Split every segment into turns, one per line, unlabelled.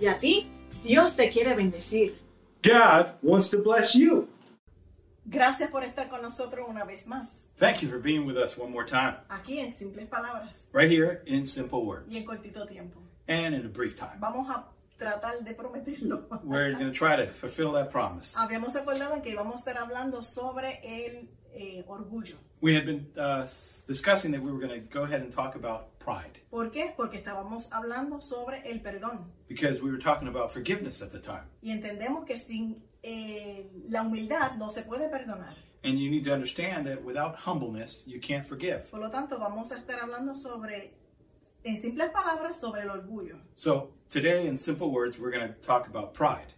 Y a ti, Dios te quiere bendecir.
God wants to bless you.
Gracias por estar con nosotros una vez más,
Thank you for being with us one more time,
aquí en Simples Palabras
right here in simple
y en
words
cortito tiempo.
and in a brief time.
Vamos a tratar de prometerlo.
We're going to try to fulfill that promise.
Habíamos acordado en que íbamos a estar hablando sobre el eh, orgullo.
We had been uh, s- discussing that we were going to go ahead and talk about pride
¿Por qué? Porque estábamos hablando sobre el perdón
because we were talking about forgiveness at the time.
y entendemos que sin eh, la humildad no se puede perdonar.
And you need to understand that without humbleness, you can't forgive.
Por lo tanto, vamos a estar hablando sobre, en simples palabras, sobre el orgullo.
So, today, in simple words, we're going to talk about pride.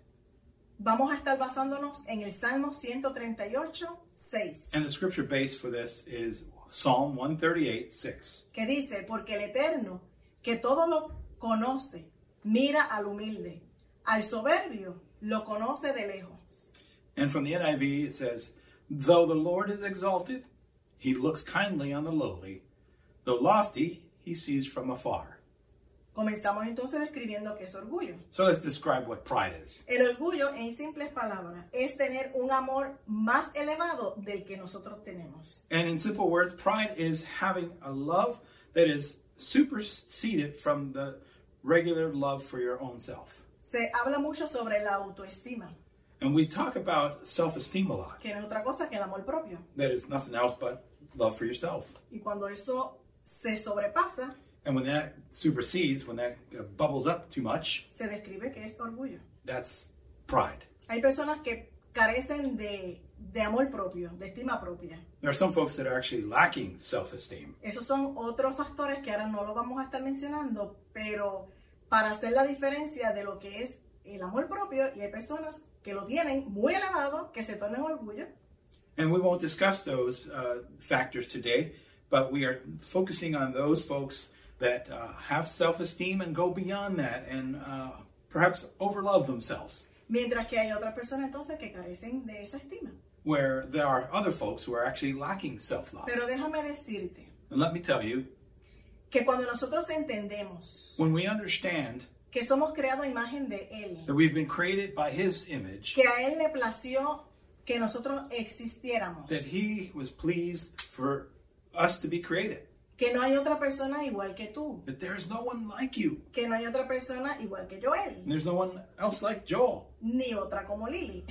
Vamos a estar basándonos en el Salmo 138, 6,
And the scripture base for this is Psalm 138 6.
que dice, porque el Eterno, que todo lo conoce, mira al humilde, al soberbio lo conoce de lejos.
And from the NIV, it says, Though the Lord is exalted, he looks kindly on the lowly. Though lofty, he sees from afar.
Comenzamos entonces describiendo qué es orgullo.
So let's describe what pride is.
El orgullo, en simples palabras, es tener un amor más elevado del que nosotros tenemos.
And in simple words, pride is having a love that is superseded from the regular love for your own self.
Se habla mucho sobre la autoestima,
And we talk about self esteem a lot.
que no es otra cosa que el amor propio.
That is nothing else but love for yourself.
Y cuando eso se sobrepasa,
And when that supersedes, when that uh, bubbles up too much,
se describe que es orgullo.
that's pride.
Hay personas que carecen de, de amor propio, de estima propia.
There are some folks that are actually lacking self esteem.
Esos son otros factores que ahora no lo vamos a estar mencionando, pero para hacer la diferencia de lo que es el amor propio, y hay personas que lo tienen muy elevado, que se tornan orgullo,
And we won't discuss those uh, factors today, but we are focusing on those folks that uh, have self esteem and go beyond that and uh, perhaps overlove themselves.
mientras que hay otras personas entonces que carecen de esa estima.
Where there are other folks who are actually lacking self love.
Pero déjame decirte
And let me tell you,
que cuando nosotros entendemos
when we understand
que somos creados a imagen de Él,
that we've been created by His image,
que a Él le plació que nosotros existiéramos,
that He was pleased for us to be created,
que no hay otra persona igual que tú,
that there is no one like you,
que no hay otra persona igual que Joel,
and there's no one else like Joel,
ni otra como Lily.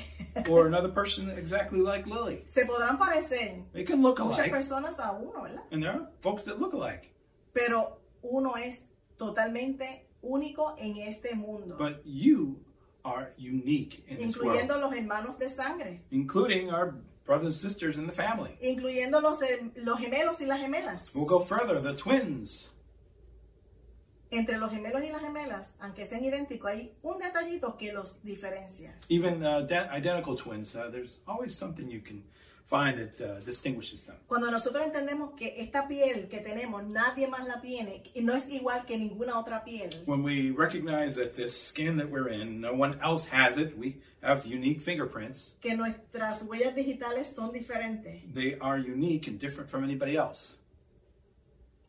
or another person exactly like Lily.
Se podrán parecer
They can look
muchas
alike.
personas a uno, ¿verdad?
And there are folks that look alike,
Pero uno es totalmente único en este mundo,
but you are unique in this world,
incluyendo los hermanos de sangre,
including our brothers and sisters in the family.
incluyendo los, her- los gemelos y las gemelas.
We'll go further, the twins.
Entre los gemelos y las gemelas, aunque sean idénticos, hay un detallito que los diferencia.
Even uh, de- identical twins, uh, there's always something you can find that uh, distinguishes them.
Cuando nosotros entendemos que esta piel que tenemos nadie más la tiene y no es igual que ninguna otra piel,
When we recognize that this skin that we're in, no one else has it, we have unique fingerprints.
que nuestras huellas digitales son diferentes,
They are unique and different from anybody else.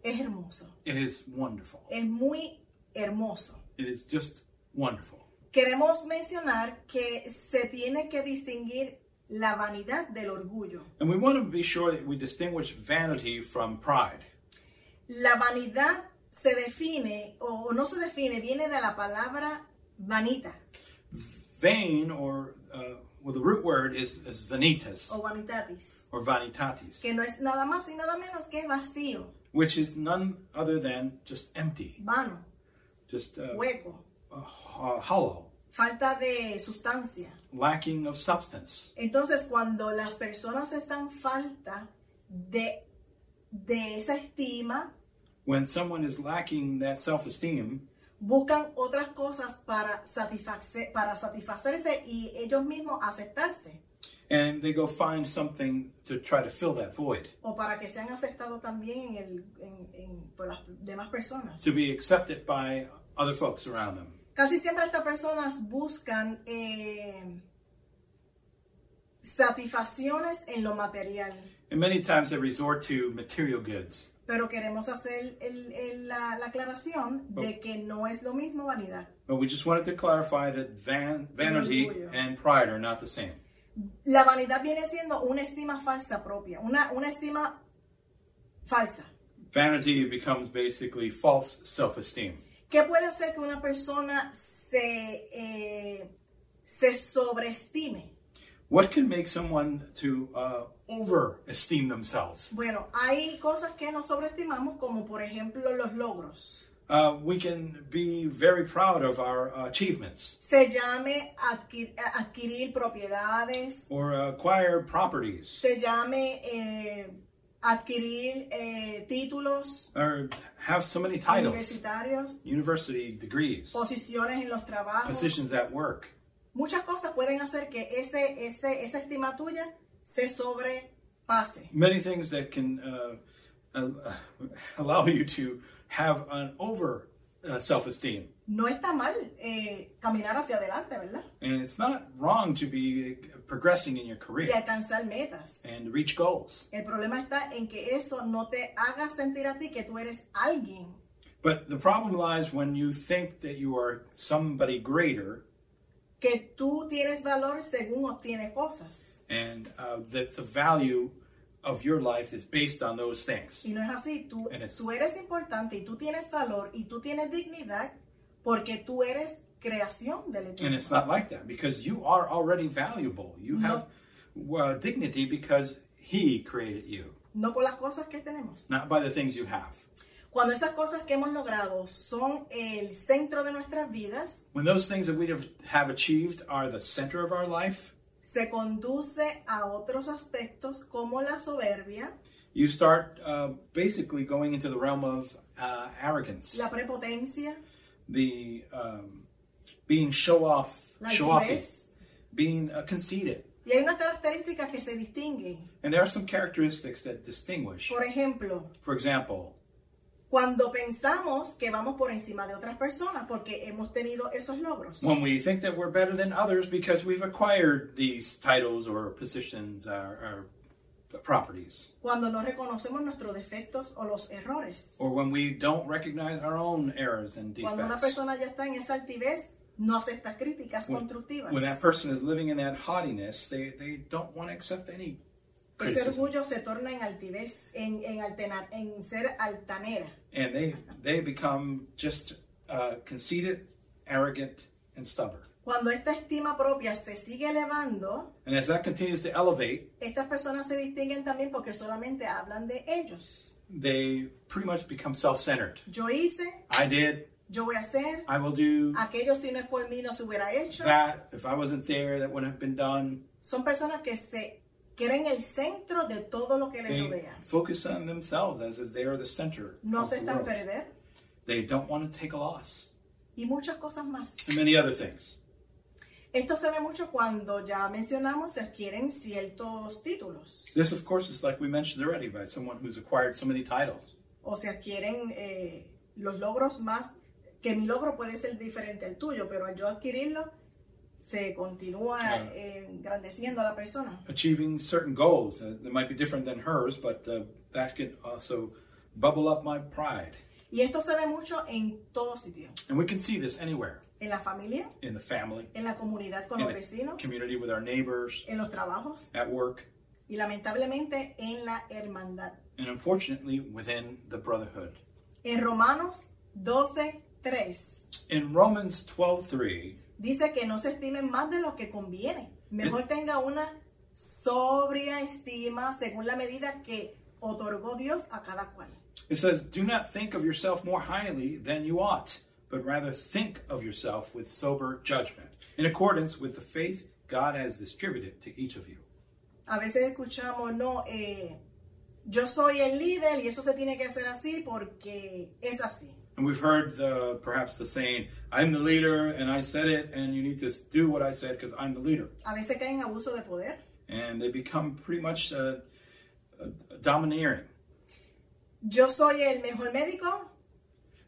es hermoso,
It is wonderful.
es muy hermoso.
It is just wonderful.
Queremos mencionar que se tiene que distinguir la vanidad del orgullo.
And we want to be sure that we distinguish vanity from pride.
La vanidad se define o no se define, viene de la palabra vanita
vain or uh, well the root word is, is vanitas
o vanitatis,
or vanitatis
que no es nada más y nada menos que vacío,
which is none other than just empty
vano,
just uh,
hueco,
uh, ho- hollow
falta de sustancia.
lacking of substance
Entonces, cuando las personas están falta de, de esa estima,
when someone is lacking that self-esteem
buscan otras cosas para, satisfacer, para satisfacerse y ellos mismos aceptarse
and they go find something to try to fill that void
o para que sean aceptados también en el- en- en- por las demás personas.
to be accepted by other folks around them
Casi siempre estas personas buscan eh, satisfacciones en lo material.
and many times they resort to material goods
Pero queremos hacer el- el- la, la aclaración de que no es lo mismo vanidad.
But we just wanted to clarify that van, vanity
Orgullo.
and pride are not the same.
La vanidad viene siendo una estima falsa propia, una, una estima falsa.
Vanity becomes basically false self esteem.
¿Qué puede hacer que una persona se, eh, se sobreestime?
What can make someone to uh, over esteem themselves?
Bueno, hay cosas que nos sobreestimamos, como por ejemplo los logros.
Uh, we can be very proud of our uh, achievements
Se llame adqui- a- adquirir propiedades,
or acquire properties
se llame eh, adquirir eh, títulos
or have so many titles,
universitarios,
university degrees,
posiciones en los trabajos.
positions at work.
Muchas cosas pueden hacer que ese, ese, esa estima tuya se sobrepase.
Many things that can uh, uh, allow you to have an over uh, self esteem.
No está mal eh, caminar hacia adelante, ¿verdad?
And it's not wrong to be progressing in your career
Y alcanzar metas.
and reach goals.
El problema está en que eso no te haga sentir a ti que tú eres alguien.
But the problem lies when you think that you are somebody greater
Que tú tienes valor según obtienes cosas.
and uh, that the value of your life is based on those things.
Y no es así. Tú,
Eres.
tú eres importante y tú tienes valor y tú tienes dignidad porque tú eres creación del
And
Eterno.
it's not like that because you are already valuable. You have uh, dignity because He created you,
No por las cosas que tenemos.
not by the things you have.
Cuando esas cosas que hemos logrado son el centro de nuestras vidas,
When those things that we have- have achieved are the center of our life,
se conduce a otros aspectos como la soberbia,
you start uh, basically going into the realm of uh, arrogance.
la prepotencia,
the um, being show off,
la
show offy,
altivez.
being uh, conceited.
Y hay unas características que se distinguen.
And there are some characteristics that distinguish.
Por ejemplo,
For example,
cuando pensamos que vamos por encima de otras personas porque hemos tenido esos logros.
when we think that we're better than others because we've acquired these titles or positions uh, or, or properties,
Cuando no reconocemos nuestros defectos o los errores.
or when we don't recognize our own errors and
Cuando una
defects.
persona ya está en esa altivez, no acepta críticas
When-
constructivas.
When that person is living in that haughtiness, they, they don't want to accept any
Ese
criticism.
orgullo se torna en altivez, en, en, altena- en ser altanera.
And they, they become just uh, conceited, arrogant, and stubborn.
Cuando esta estima propia se sigue elevando,
And as that continues to elevate,
estas personas se distinguen también porque solamente hablan de ellos.
they pretty much become self-centered.
Yo hice,
I did,
yo voy a hacer,
I will do
aquello si no es por mí no se hubiera hecho.
that. If I wasn't there, that wouldn't have been done.
Son personas que se creen el centro de todo lo que les
They
rodea.
focus on themselves as if they are the center
No
of the
aceptan
world.
perder
They don't want to take a loss.
y muchas cosas más.
And many other things.
Esto se ve mucho cuando ya mencionamos se adquieren ciertos títulos
This, of course, is like we mentioned already by someone who's acquired so many titles.
o se adquieren eh, los logros más, que mi logro puede ser diferente al tuyo, pero al yo adquirirlo se continúa
Claro.
eh, engrandeciendo a la persona.
Achieving certain goals uh, that might be different than hers, but uh, that can also bubble up my pride.
Y esto se ve mucho en todo sitio,
And we can see this anywhere
en la familia,
in the family,
en la comunidad con
En
los
el-
vecinos,
community, with our neighbors,
en los trabajos
at work,
y lamentablemente en la hermandad.
and unfortunately within the brotherhood.
En Romanos 12, 3
In Romans 12:3,
dice que no se estimen más de lo que conviene. Mejor tenga una sobria estima según la medida que otorgó Dios a cada cual.
it says, "Do not think of yourself more highly than you ought, but rather think of yourself with sober judgment, in accordance with the faith God has distributed to each of you."
A veces escuchamos, no, eh, yo soy el líder y eso se tiene que hacer así porque es así.
And we've heard the perhaps the saying, "I'm the leader and I said it and you need to do what I said because I'm the leader."
A veces caen en abuso de poder.
And they become pretty much uh, uh, domineering.
Yo soy el mejor médico,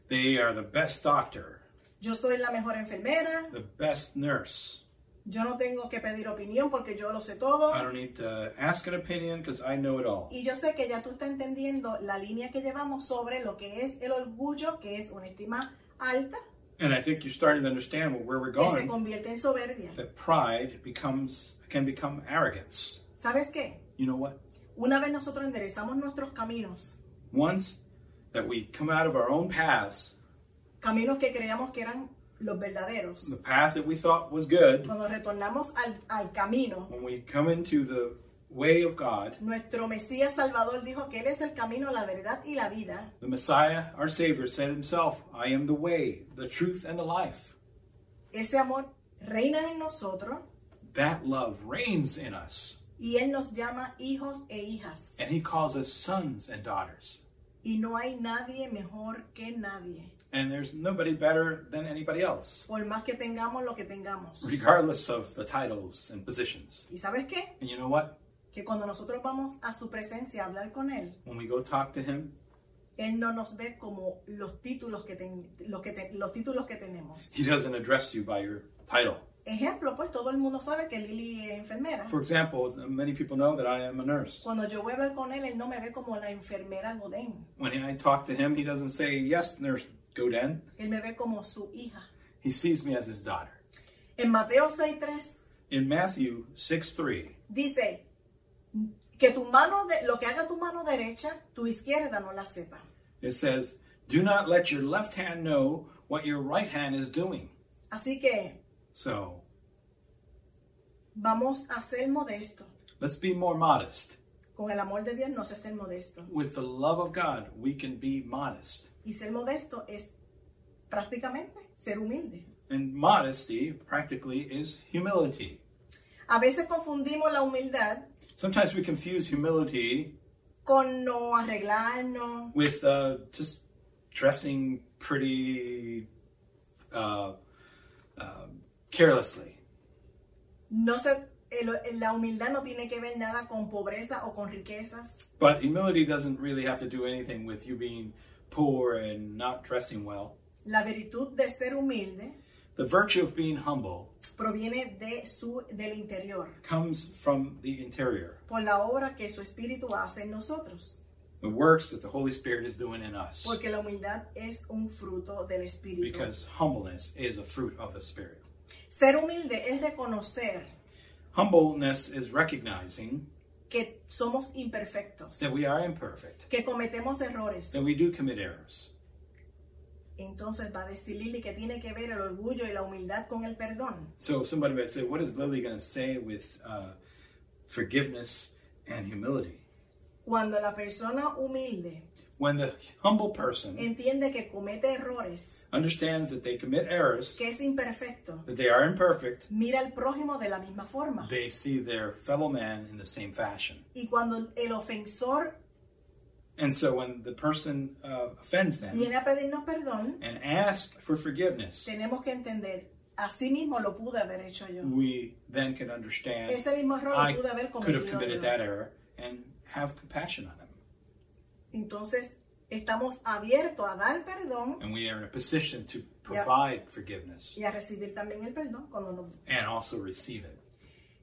They are the best doctor,
yo soy la mejor enfermera,
the best nurse,
Yo no tengo que pedir opinión porque yo lo sé todo.
I don't need to ask an opinion because I know it all.
Y yo sé que ya tú estás entendiendo la línea que llevamos sobre lo que es el orgullo, que es una estima alta,
And I think you're starting to understand where we're
que se
going.
convierte en soberbia.
That pride becomes can become arrogance.
¿Sabes qué?
You know what?
Una vez nosotros enderezamos nuestros caminos,
Once that we come out of our own paths,
caminos que creíamos que eran los verdaderos,
the path that we thought was good,
cuando retornamos al, al camino,
when we come into the way of God,
nuestro Mesías Salvador dijo que Él es el camino, la verdad y la vida.
the Messiah, our Savior, said himself, I am the way, the truth, and the life.
Ese amor reina en nosotros
That love reigns in us,
y Él nos llama hijos e hijas.
and he calls us sons and daughters.
Y no hay nadie mejor que nadie,
And there's nobody better than anybody else,
por más que tengamos lo que tengamos.
regardless of the titles and positions.
¿Y sabes qué?
And you know what?
Que cuando nosotros vamos a su presencia a hablar con Él,
When we go talk to him,
Él no nos ve como los títulos que, ten- los que, te- los títulos que tenemos.
he doesn't address you by your title.
Ejemplo, pues todo el mundo sabe que Lili es enfermera.
For example, many people know that I am a nurse.
Cuando yo voy a hablar con él, él no me ve como la enfermera Godén.
When I talk to him, he doesn't say, Yes, nurse Godin.
Él me ve como su hija.
He sees me as his daughter.
En Mateo 6.3
In Matthew 6 3,
dice que tu mano, de, lo que haga tu mano derecha, tu izquierda no la sepa.
it says, Do not let your left hand know what your right hand is doing.
Así que
So
vamos a ser modestos.
let's be more modest.
Con el amor de Dios no hace ser modesto.
With the love of God, we can be modest.
Y ser modesto es prácticamente ser humilde.
And modesty practically is humility.
A veces confundimos la humildad
Sometimes we confuse humility
con no arreglarnos,
with uh, just dressing pretty uh, uh, carelessly.
No se, el- la humildad no tiene que ver nada con pobreza o con riquezas.
But humility doesn't really have to do anything with you being poor and not dressing well.
La virtud de ser humilde
The virtue of being humble
proviene de su, del interior,
comes from the interior,
por la obra que su espíritu hace en nosotros,
the works that the Holy Spirit is doing in us.
porque la humildad es un fruto del espíritu.
Because humbleness is a fruit of the Spirit.
Ser humilde es reconocer
Humbleness is recognizing
que somos imperfectos,
that we are imperfect,
que cometemos errores.
that we do commit errors.
Entonces va a decir Lili que tiene que ver el orgullo y la humildad con el perdón.
So somebody might say, what is Lily going to say with uh, forgiveness and humility?
Cuando la persona humilde
When the humble person
entiende que comete errores,
understands that they commit errors,
que es imperfecto,
that they are imperfect,
mira al prójimo de la misma forma.
they see their fellow man in the same fashion.
Y cuando el ofensor
And so when the person uh, offends them
viene a pedirnos perdón,
and asks for forgiveness,
tenemos que entender, así mismo lo pude haber hecho yo.
we then can understand
Ese mismo error
I
lo pude haber
could have
cometido
committed
yo.
that error and have compassion on them.
Entonces, estamos abiertos a dar perdón
And we are in a position to provide forgiveness
y a recibir también el perdón cuando nos...
and also receive it.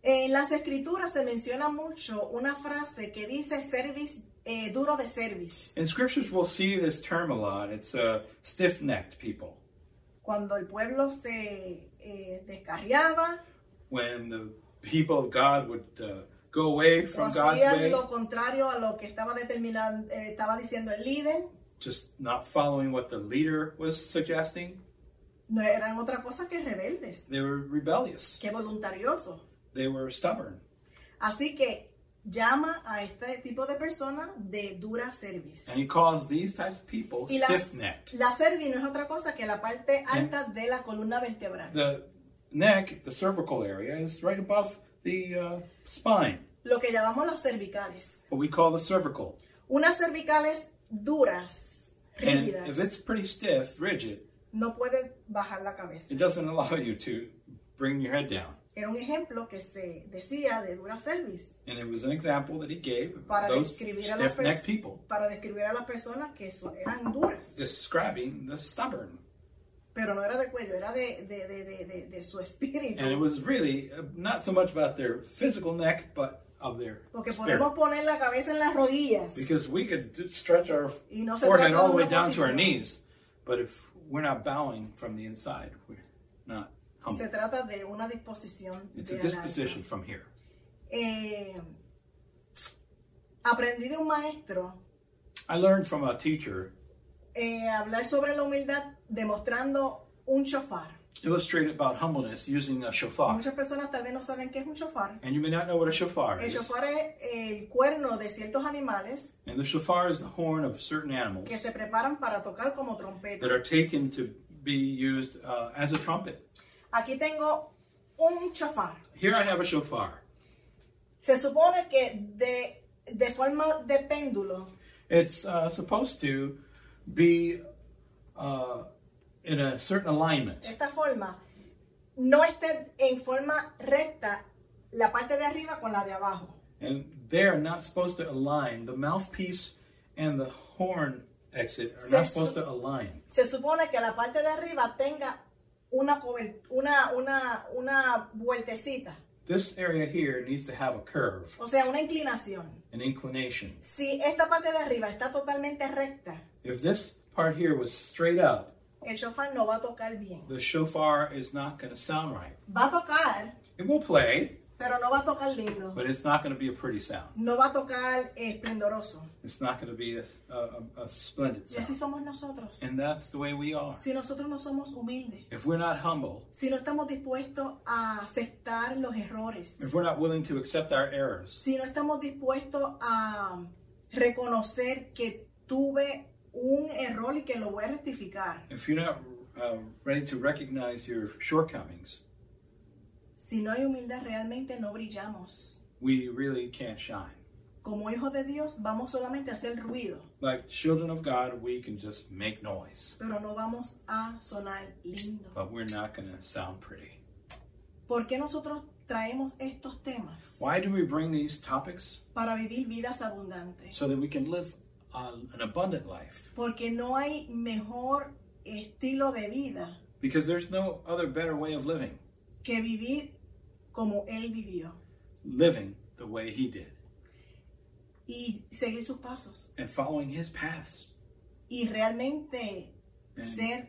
En las escrituras se menciona mucho una frase que dice service, eh, duro de service,
In scriptures, we'll see this term a lot. It's uh, stiff necked people.
cuando el pueblo se eh, descarriaba
When the people of God would uh, go away
o
from God's
hacían
way,
lo contrario a lo que estaba determinando, eh, estaba diciendo el líder,
just not following what the leader was suggesting,
no eran otra cosa que rebeldes,
they were rebellious.
que voluntariosos.
They were stubborn.
Así que llama a este tipo de personas de dura service.
And he calls these types of people
Y las-
stiff necked.
La cerviz no es otra cosa que la parte alta de la columna vertebral.
The neck, the cervical area, is right above the uh, spine,
Lo que llamamos las cervicales.
what we call the cervical.
Unas cervicales duras,
And
rígidas,
if it's pretty stiff, rigid,
no puede bajar la cabeza.
it doesn't allow you to bring your head down.
Era un ejemplo que se decía de dura cerviz
And it was an example that he gave of
Para
those
describir a la
stiff necked
pers-
people,
para describir a las personas que so- eran duras.
describing the stubborn.
pero no era de cuello, era de, de, de, de, de- de su espíritu.
And it was really uh, not so much about their physical neck, but of their
Porque
spirit.
podemos poner la cabeza en las rodillas
Because we could d- stretch our
y no se
forehead
trata de
all the way
una
down to our
posición.
knees, but if we're not bowing from the inside, we're not humble.
Se trata de una disposición.
It's
de
a
alma.
disposition from here.
Eh, aprendí de un maestro
I learned from a teacher,
eh, hablar sobre la humildad demostrando un chofar.
illustrated about humbleness using a shofar.
Muchas personas tal vez no saben qué es un chofar.
And you may not know what a shofar
El
is.
chofar es el cuerno de ciertos animales
And the shofar is the horn of certain animals
que se preparan para tocar como
that
trompeta.
are taken to be used uh, as a trumpet.
Aquí tengo un chofar.
Here I have a shofar.
Se supone que de, de forma de péndulo
It's uh, supposed to be uh, in a certain alignment.
esta forma, no esté en forma recta la parte de arriba con la de abajo.
And they're not supposed to align. The mouthpiece and the horn exit are not
Yes.
supposed to align.
Se supone que la parte de arriba tenga una, cover- una, una, una vueltecita,
This area here needs to have a curve,
o sea, una inclinación.
an inclination.
Si esta parte de arriba está totalmente recta,
If this part here was straight up,
el shofar no va a tocar bien.
the shofar is not going to sound right.
Va a tocar,
It will play,
pero no va a tocar lindo.
but it's not going to be a pretty sound.
No va a tocar esplendoroso.
It's not going to be a, a, a splendid
Y así
sound.
somos nosotros.
And that's the way we are.
Si nosotros no somos humildes,
If we're not humble,
si no estamos dispuestos a aceptar los errores,
if we're not willing to accept our errors,
si no estamos dispuestos a reconocer que tuve un error y que lo voy a rectificar,
if you're not uh, ready to recognize your shortcomings,
si no hay humildad realmente no brillamos.
we really can't shine.
Como hijos de Dios vamos solamente a hacer ruido,
Like children of God, we can just make noise,
pero no vamos a sonar lindo.
but we're not going to sound pretty.
¿Por qué nosotros traemos estos temas?
Why do we bring these topics?
Para vivir vidas abundantes.
So that we can live uh, an abundant life.
Porque no hay mejor estilo de vida
Because there's no other better way of living,
que vivir como Él vivió
living the way He did
y seguir sus pasos.
and following His paths.
y realmente
And
ser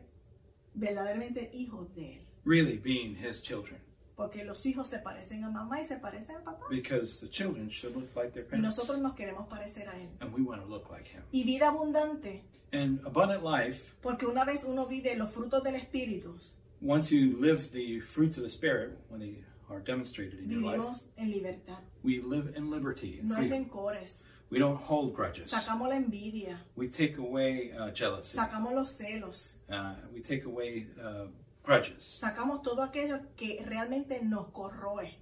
verdaderamente hijos de él.
really being His children.
Porque los hijos se parecen a mamá y se parecen a papá.
Because the children should look like their
Y
parents.
nosotros nos queremos parecer a él.
And we want to look like Him.
Y vida abundante,
And abundant life,
porque una vez uno vive los frutos del Espíritu,
once you live the fruits of the Spirit, when they are demonstrated in your life,
vivimos en libertad.
We live in liberty and
No hay
freedom.
rencores.
We don't hold grudges.
Sacamos la envidia,
We take away uh, jealousy.
sacamos los celos,
Uh, we take away uh, grudges.
sacamos todo aquello que realmente nos corroe.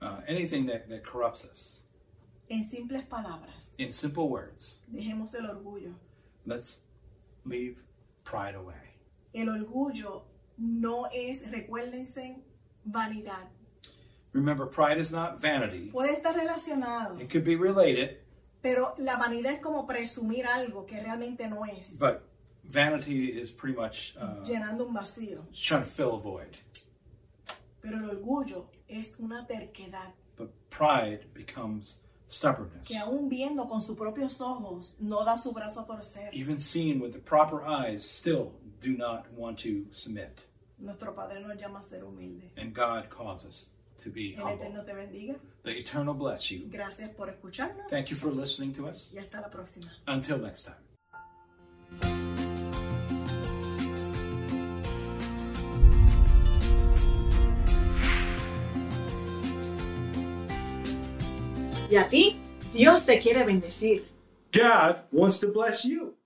Uh, anything that, that corrupts us.
En simples palabras,
In simple words,
dejemos el orgullo.
let's leave pride away.
El orgullo no es, recuérdense, vanidad.
Remember, pride is not vanity.
Puede estar relacionado,
It could be related,
pero la vanidad es como presumir algo que realmente no es,
but vanity is pretty much uh,
llenando un vacío.
trying to fill a void.
Pero el orgullo es una terquedad
But pride becomes stubbornness.
que aún viendo con sus propios ojos no da su brazo a torcer.
Even seen with the proper eyes, still do not want to submit.
Nuestro Padre nos llama a ser humilde.
and God calls us to be
El
humble.
Eterno te bendiga.
The eternal bless you.
Gracias por escucharnos
Thank you for listening to us.
y hasta la próxima.
Until next time.
Y a ti, Dios te quiere bendecir.
God wants to bless you.